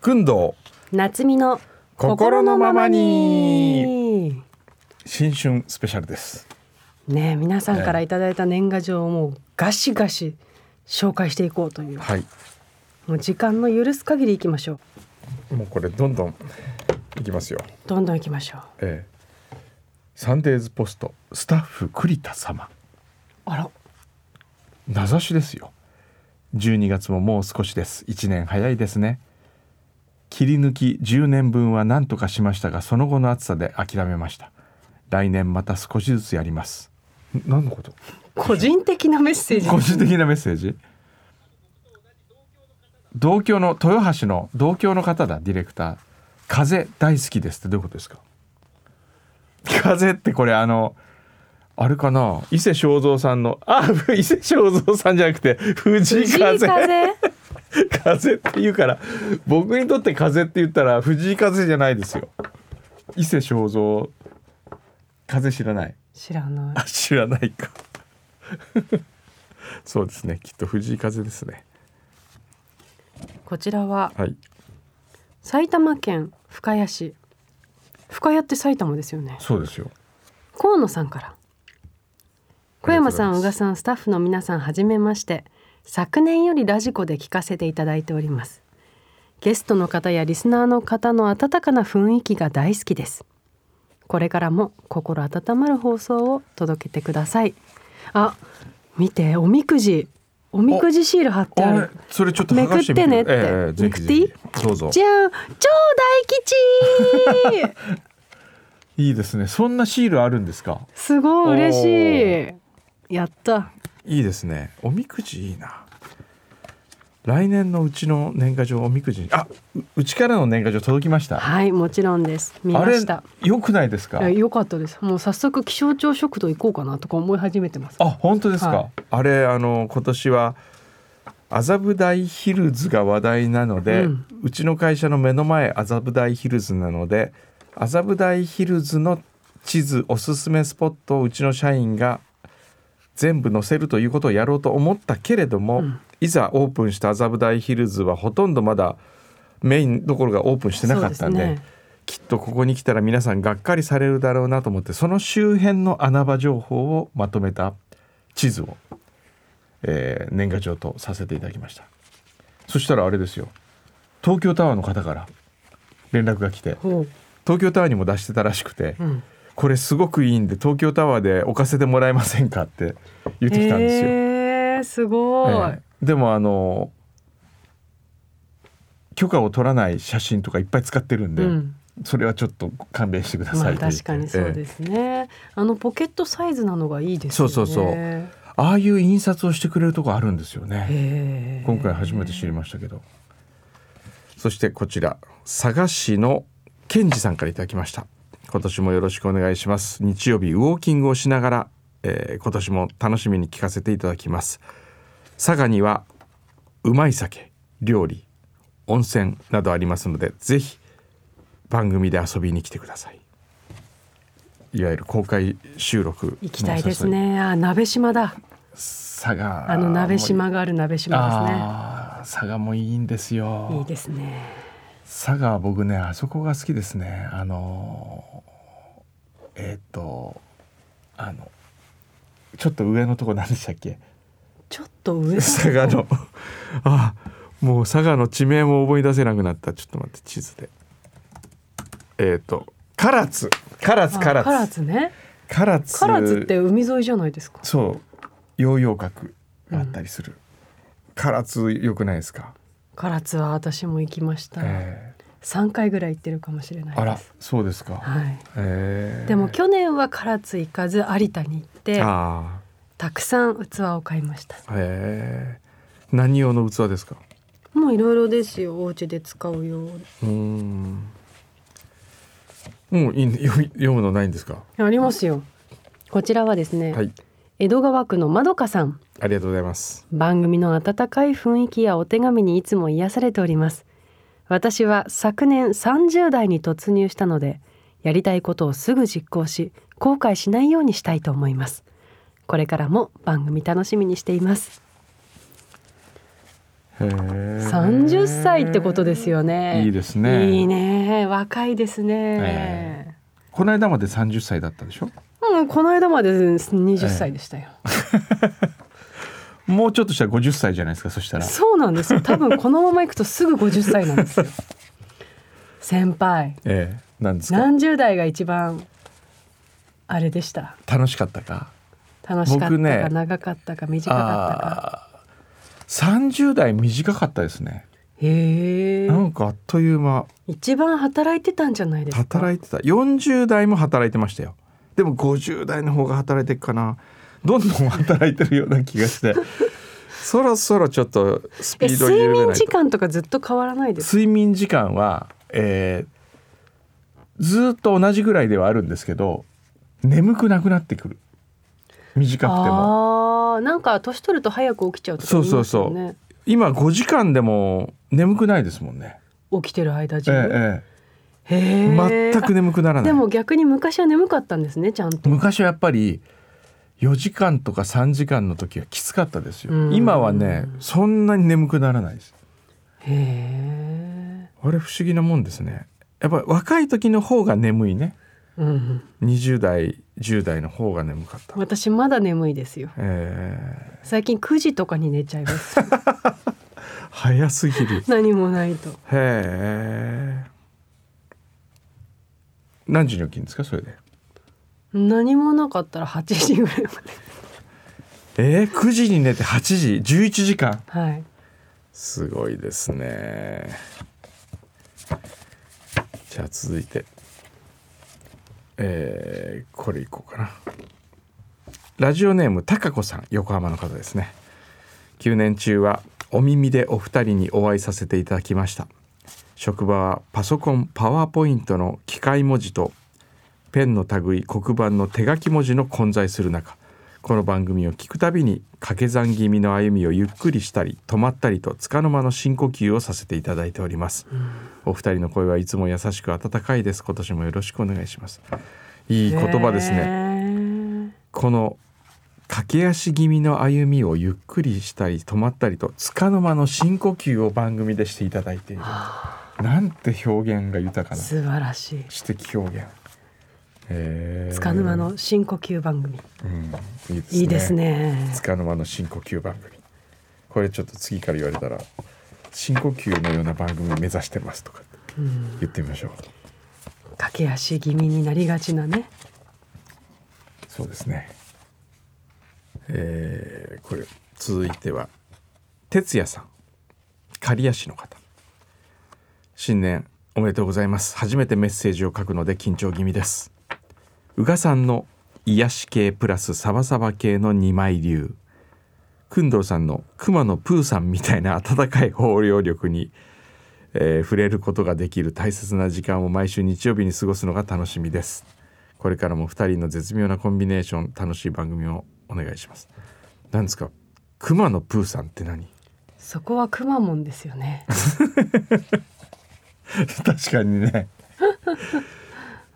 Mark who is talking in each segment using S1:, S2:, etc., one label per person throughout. S1: くんどう
S2: 夏美の
S1: 心のままに新春スペシャルです
S2: ねえ皆さんからいただいた年賀状をもうガシガシ紹介していこうという、
S1: はい
S2: もう時間の許す限り行きましょう
S1: もうこれどんどんいきますよ、
S2: どんどん行きましょう
S1: ええサンデーズポストスタッフ栗田様
S2: あら
S1: 名指しですよ12月ももう少しです1年早いですね切り抜き10年分は何とかしましたがその後の暑さで諦めました来年また少しずつやりますん何のこと
S2: 個人的なメッセー ジ
S1: 個人的なメッセージ同郷の豊橋の同郷の方だディレクター風大好きですってどういうことですか風ってこれあのあれかな伊勢正三さんのあ伊勢正三さんじゃなくて藤井
S2: 藤井
S1: 風
S2: 風
S1: 風って言うから僕にとって風って言ったら藤井風じゃないですよ伊勢正三風知らない
S2: 知らない
S1: あ知らないかそうですねきっと藤井風ですね
S2: こちらは
S1: はい
S2: 埼玉県深谷市深谷って埼玉ですよね
S1: そうですよ
S2: 河野さんから小山さん宇賀
S1: ん
S2: さんスタッフの皆さんはじめまして昨年よりラジコで聞かせていただいておりますゲストの方やリスナーの方の温かな雰囲気が大好きですこれからも心温まる放送を届けてくださいあ見ておみくじおみくじシール貼ってあ
S1: あれ
S2: る
S1: それちょっと剥がしてみ
S2: めくってねって
S1: ええぜひぜ
S2: め
S1: ひ
S2: く
S1: どうぞ
S2: じゃん超大 吉
S1: いいですねそんなシールあるんですか
S2: すごい嬉
S1: お
S2: しいやった
S1: いいですねおみくじいいな来年のうちの年賀状おみくじにあううちからの年賀状届きました
S2: はいもちろんです見
S1: あ
S2: ま
S1: れ
S2: した
S1: 良くないですか
S2: いや良かったですもう早速気象庁食堂行こうかなとか思い始めてます
S1: あ本当ですか、
S2: はい
S1: あれあの今年は麻布台ヒルズが話題なので、
S2: う
S1: うんちの会社の目の前麻布台ヒルズなので麻布台ヒルズの地図おすすめスポットをうちの社員が全部載せるということをやろうと思ったけれども、
S2: うん
S1: いざオープンした麻布台ヒルズはほとんどまだメインどころがオープンしてなかったんで
S2: そうですね
S1: きっとここに来たら皆さんがっかりされるだろうなと思ってその周辺の穴場情報をまとめた地図を、えー年賀状とさせていただきましたそしたらあれですよ東京タワーの方から連絡が来て
S2: ほ
S1: 東京タワーにも出してたらしくて、
S2: う、うん、
S1: これすごくいいんで東京タワーで置かせてもらえませんかって言ってきたんですよ、
S2: へーすごい、
S1: ええでもあの許可を取らない写真とかいっぱい使ってるんで、
S2: うん
S1: それはちょっと勘弁してくだ
S2: ま
S1: さい
S2: あ
S1: と言って
S2: 確かにそう
S1: え
S2: で
S1: え
S2: すね、あのポケットサイズなのがいいですよね
S1: そうそうそう
S2: へ
S1: ああいう印刷をしてくれるとこあるんですよね
S2: え
S1: 今回初めて知りましたけどそしてこちら佐賀市のケンジさんからいただきました今年もよろしくお願いします日曜日ウォーキングをしながら、えー今年も楽しみに聞かせていただきます佐賀にはうまい酒料理温泉などありますのでぜひ番組で遊びに来てくださいいわゆる公開収録
S2: 行きたいですねあ鍋島だ
S1: 佐賀
S2: あの鍋島がある鍋島ですね
S1: ああ佐賀もいいんですよ
S2: いいですね
S1: 佐賀は僕ねあそこが好きですねあのーえっ、とあのちょっと上のとこ何でしたっ け
S2: ちょっと上
S1: 佐賀のあもう佐賀の地名も思い出せなくなったちょっと待って地図でえっ、と唐津唐津唐
S2: あ唐
S1: 津
S2: 津ね
S1: 唐津
S2: 唐津って海沿いじゃないですか
S1: そうヨーヨー角があったりする、唐津良くないですか、
S2: 唐津は私も行きました、
S1: え
S2: 三回ぐらい行ってるかもしれない
S1: ーあ
S2: で
S1: ら
S2: す
S1: そうですか、
S2: はい
S1: えー
S2: でも去年は唐津行かず有田に行って
S1: あ
S2: たくさん器を買いました
S1: あへえ何用の器ですか
S2: もういろいろですよお家で使うよう
S1: うーんもうい い読み読むのないんですか
S2: ありますよこちらはですね、
S1: はい
S2: 江戸川区のまどかさん
S1: ありがとうございます
S2: 番組の温かい雰囲気やお手紙にいつも癒されております私は昨年30代に突入したのでやりたいことをすぐ実行し後悔しないようにしたいと思いますこれからも番組楽しみにしています三十歳ってことですよね。
S1: いいですね
S2: いいね、若いですね
S1: え。この間まで30歳だったでしょ
S2: うん、この間まで二十歳でしたよ。
S1: もうちょっとしたら50歳じゃないですかそしたら
S2: そうなんですよ。多分このままいくとすぐ五十歳なんで すよ。先輩、
S1: ええなんですか
S2: 何十代が一番あれでした。
S1: 楽しかったか
S2: 楽しかった
S1: 僕ね
S2: か長かったか短かったか。
S1: ああ30代短かったですね
S2: へえ
S1: な。んかあっという間
S2: 一番働いてたんじゃないですか。
S1: 働いてた40代も働いてましたよでも50代の方が働いてるかなどんどん働いてるような気が してそろそろちょっとスピ
S2: え
S1: ードを緩
S2: 睡
S1: め
S2: 眠
S1: ない
S2: 時
S1: と
S2: 間とかずっと変わらないですか。
S1: 睡眠時間は、えーずーっと同じぐらいではあるんですけど眠くなくなってくる短くても
S2: ああ、なんか年取ると早く起きちゃうとか言いますよね。
S1: そうそう今5時間でも眠くないですもんね、
S2: 起きてる間中。
S1: え
S2: へ
S1: ええ
S2: え
S1: え、全く眠くなら
S2: あ
S1: ない
S2: でも逆に昔は眠かったんですね、ちゃんと。
S1: 昔はやっぱり4時間とか3時間の時はきつかったですよ
S2: うん
S1: 今はねそんなに眠くならないです
S2: へえ。
S1: あれ不思議なもんですねやっぱり若い時の方が眠いね
S2: うん。
S1: 20代10代の方が眠かった、
S2: 私まだ眠いですよ。
S1: え
S2: 最近9時とかに寝ちゃい ます。
S1: ー早すぎる
S2: 何もないと。
S1: へえ何時に起きるんですかそれで
S2: 何もなかったら8時ぐらいまで。
S1: えー、9時に寝て8時11時間
S2: はい。
S1: すごいですね。じゃあ続いて、えーこれいこうかな。ラジオネームたかこさん横浜の方ですね。9年中はお耳でお二人にお会いさせていただきました。職場はパソコンパワーポイントの機械文字とペンの類黒板の手書き文字の混在する中この番組を聞くたびに掛け算気味の歩みをゆっくりしたり止まったりと束の間の深呼吸をさせていただいております、お二人の声はいつも優しく温かいです今年もよろしくお願いしますいい言葉ですね
S2: ね。
S1: この駆け足気味の歩みをゆっくりしたり止まったりと束の間の深呼吸を番組でしていただいているなんて表現が豊かな
S2: 素晴らしい。
S1: 詩的表現えー
S2: つかの間の深呼吸番組。
S1: うんいいですね
S2: いいですね。
S1: つかの間の深呼吸番組これちょっと次から言われたら深呼吸のような番組目指してますとか
S2: うん
S1: 言ってみましょう
S2: 駆け足気味になりがちなね。
S1: そうですねえーこれ続いては哲也さん刈谷市の方新年おめでとうございます初めてメッセージを書くので緊張気味です宇賀さんの癒し系プラスサバサバ系の二枚流くんどうさんの熊野プーさんみたいな温かい包容力に、えー触れることができる大切な時間を毎週日曜日に過ごすのが楽しみですこれからも二人の絶妙なコンビネーション楽しい番組をお願いしますなんですか熊野プーさんって何
S2: そこはくまモンですよね。
S1: 確かにね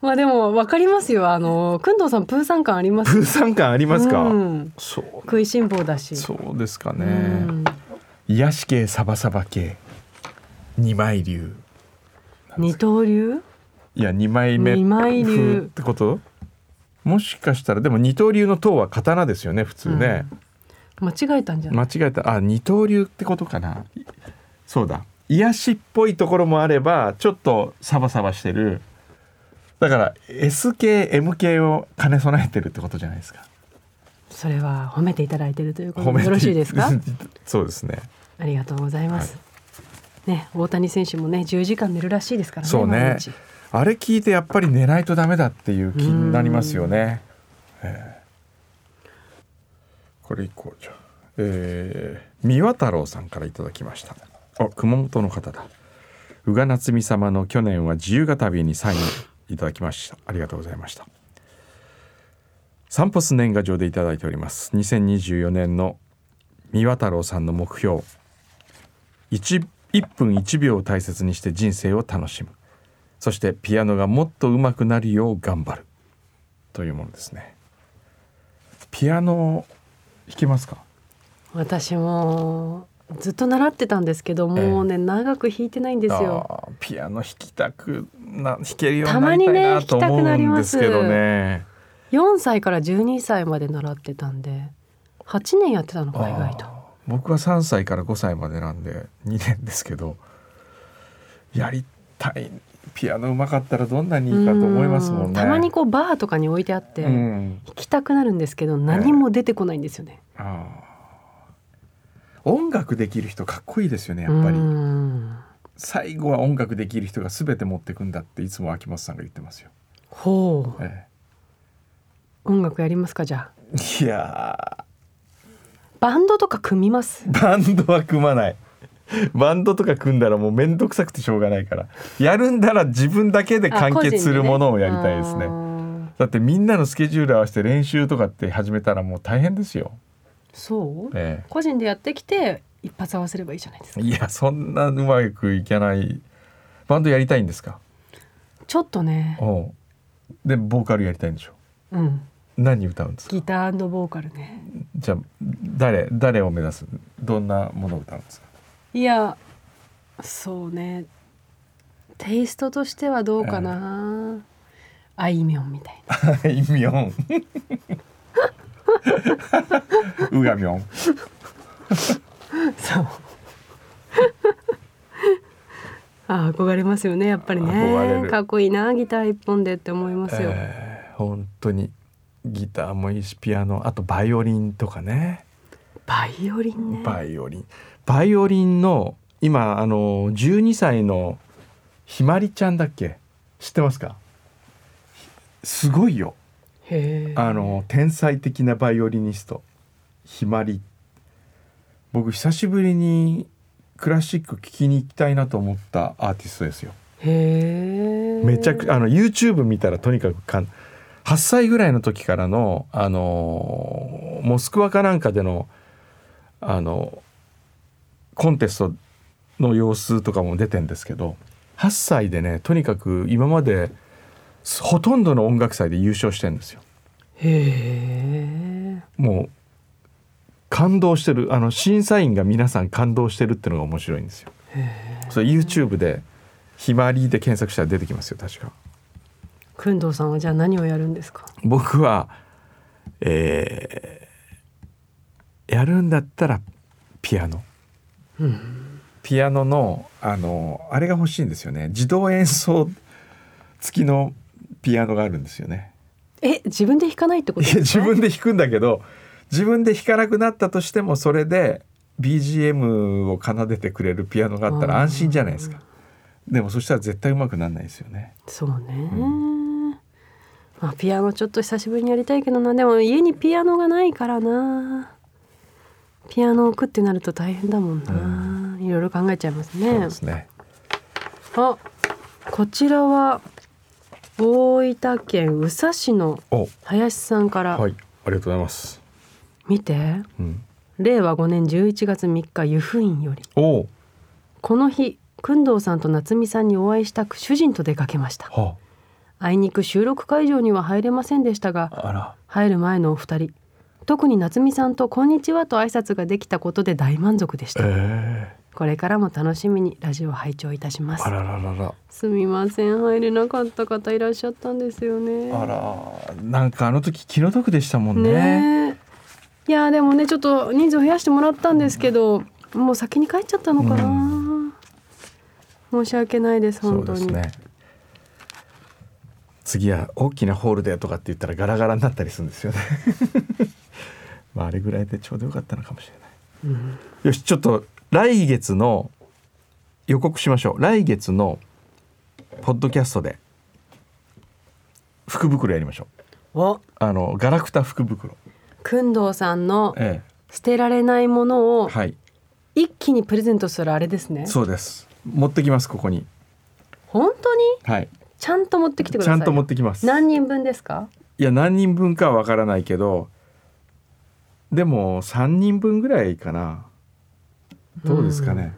S2: まあでもわかりますよ。あのくんどうさんプーさん感ありま
S1: プ
S2: す。
S1: ーさん感ありますか、
S2: うん
S1: そう
S2: 食いしん坊だし。
S1: そうですか
S2: う
S1: ね、
S2: ん
S1: 癒し系サバサバ系二枚流
S2: 二刀流？
S1: いや二枚目
S2: 二枚流
S1: 風ってこともしかしたらでも二刀流の刀は刀ですよね普通ね、
S2: 間違えたんじゃない？
S1: 間違えたあ二刀流ってことかなそうだ癒しっぽいところもあればちょっとサバサバしてるだから S 系 M 系を兼ね備えてるってことじゃないですか
S2: それは褒めていただいてるということでよろしいですか？
S1: そうですね
S2: ありがとうございます。ね大谷選手もね10時間寝るらしいですからね。
S1: そうね
S2: 毎日
S1: あれ聞いてやっぱり寝ないとダメだっていう気になりますよね。えーこれ以降じゃあ、えー、三輪太郎さんからいただきました。あ、熊本の方だ。宇賀夏美様の去年は自由が旅にサインいただきました。ありがとうございました。散歩ス年賀状でいただいております。2024年の三輪太郎さんの目標。1, 1分1秒を大切にして人生を楽しむ。そしてピアノがもっと上手くなるよう頑張るというものですね。ピアノ弾けますか？
S2: 私もずっと習ってたんですけどもうね、長く弾いてないんですよ
S1: あーピアノ弾きたくな弾けるようになりたいなと
S2: たま
S1: 思
S2: にね弾きたくなり
S1: うん
S2: ま
S1: ですすけどね。
S2: 4歳から12歳まで習ってたんで8年やってたのか意外と
S1: あー僕は3歳から5歳までなんで2年ですけどやりたいピアノうまかったらどんなにいいかと思いますもん
S2: うん
S1: ね。
S2: たまにこうバーとかに置いてあって、
S1: うん
S2: 弾きたくなるんですけど何も出てこないんですよね、
S1: あー音楽できる人かっこいいですよねやっぱり、
S2: うん
S1: 最後は音楽できる人が全て持ってくんだっていつも秋元さんが言ってますよ。
S2: ほう
S1: え
S2: 音楽やりますかじゃあ
S1: えいや
S2: バンドとか組みます
S1: ーバンドは組まないバンドとか組んだらもう面倒くさくてしょうがないからやるんだら自分だけで 完結するものをやりたいですね
S2: あ個人で。ねあー
S1: だってみんなのスケジュール合わせて練習とかって始めたらもう大変ですよ。
S2: そう
S1: え
S2: 個人でやってきて一発合わせればいいじゃないです
S1: え
S2: か
S1: いやそんなうまくいけないバンドやりたいんですか
S2: ちょっとね
S1: おうでボーカルやりたいんでしょ
S2: うん
S1: 何歌うんですか
S2: ギターボーカルね
S1: じゃあ誰誰を目指すどんなものを歌うんですか
S2: いやそうねテイストとしてはどうかな、あいみょんみたいな
S1: イミョンウガミョン
S2: そう あ憧れますよねやっぱり
S1: 憧れ
S2: ね
S1: る
S2: かっこいいなギター一本でって思いますよ、
S1: えー本当にギターもいいしピアノあとバイオリンとかね
S2: バイオリンね
S1: バイオリン。バイオリンの今あの12歳のひまりちゃんだっけ知ってますかすごいよ
S2: へえ
S1: あの天才的なバイオリニストひまり僕久しぶりにクラシック聴きに行きたいなと思ったアーティストですよ
S2: へえ
S1: めちゃくあの YouTube 見たらとにかくかん8歳ぐらいの時からの、あのーモスクワかなんかでの、あのコンテストの様子とかも出てんですけど8歳でねとにかく今まですほとんどの音楽祭で優勝してんですよ。
S2: へえ
S1: もう感動してるあの審査員が皆さん感動してるってのが面白いんですよ。それ YouTube で「ひまり」で検索したら出てきますよ確か。
S2: くんどうさんはじゃあ何をやるんですか
S1: 僕は、えーやるんだったらピアノ、ピアノのあのあれが欲しいんですよね自動演奏付きのピアノがあるんですよね。
S2: え自分で弾かないってこ
S1: い
S2: と
S1: や
S2: です
S1: 自
S2: か
S1: 分で弾くんだけど自分で弾かなくなったとしてもそれで BGM を奏でてくれるピアノがあったら安心じゃないですか。でもそしたら絶対うまくならないですよね。
S2: そうね、まあピアノちょっと久しぶりにやりたいけどなでも家にピアノがないからなピアノを置くってなると大変だもんな、いろいろ考えちゃいます
S1: そう
S2: ね
S1: ですね。
S2: あこちらは大分県宇佐市の
S1: お、
S2: 林さんから、
S1: はい、ありがとうございます。
S2: 見て
S1: うん、
S2: 令和5年11月3日湯布院より
S1: おう、
S2: この日工藤さんと夏美さんにお会いしたく主人と出かけました
S1: は
S2: あいにく収録会場には入れませんでしたが
S1: あ、あら。
S2: 入る前のお二人特に夏美さんと「こんにちは」と挨拶ができたことで大満足でし
S1: ええ
S2: たこれからも楽しみにラジオ拝聴いたします
S1: あらららら。
S2: すみません入れなかった方いらっしゃったんですよね
S1: あら、なんかあの時気の毒でしたもんね。
S2: ねえいやでもねちょっと人数増やしてもらったんですけどもう先に帰っちゃったのかな、申し訳ないです
S1: そ
S2: 本
S1: う
S2: 当
S1: で
S2: に
S1: すね。次は大きなホールでとかって言ったらガラガラになったりするんですよ ね。まああれぐらいでちょうどよかったのかもしれない。
S2: うん
S1: よし、ちょっと来月の予告しましょう。来月のポッドキャストで福袋やりましょう。
S2: お
S1: あのガラクタ福袋。
S2: 工藤さんの
S1: え
S2: 捨てられないもの
S1: え、
S2: を
S1: はい。
S2: 一気にプレゼントするあれですね
S1: そうです。持ってきますここに。
S2: 本当に
S1: はい。
S2: ちゃんと持ってきてく
S1: ち
S2: ださい
S1: ゃ
S2: よ。
S1: んと持ってきます。
S2: 何人分ですか？
S1: いや何人分かはわからないけどでも3人分ぐらいかなどうですかね、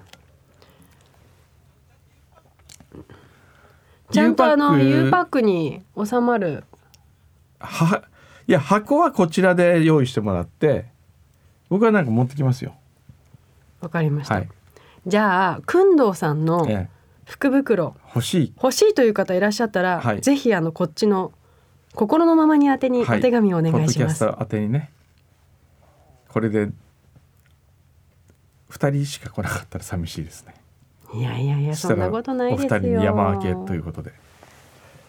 S2: ちゃんとあの U パッ
S1: ク
S2: クに収まる。
S1: はいや箱はこちらで用意してもらって僕はなんか持ってきますよ
S2: わかりました、
S1: はい
S2: じゃあくんどうさんの
S1: ええ
S2: 福袋
S1: 欲しい
S2: 欲しいという方いらっしゃったら、
S1: はい
S2: ぜひあのこっちの心のままに宛てにお
S1: はい
S2: 手紙をお願いします、
S1: ポッドキャスト宛てにねこれで2人しか来なかったら寂しいですね
S2: い、やいやいや
S1: し
S2: そ
S1: た
S2: ん
S1: ら
S2: なことない
S1: お
S2: で
S1: 二
S2: す
S1: 人
S2: よ
S1: に山分けということで、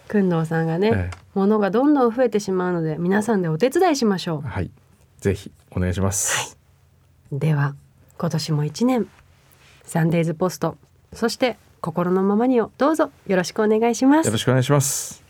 S2: くんどうさんがね、
S1: え
S2: 物がどんどん増えてしまうので皆さんでお手伝いしましょ
S1: えはいぜひお願いします、
S2: うでは今年も一年サンデーズポストそして心のままにをどうぞよろしくお願いします
S1: よろしくお願いします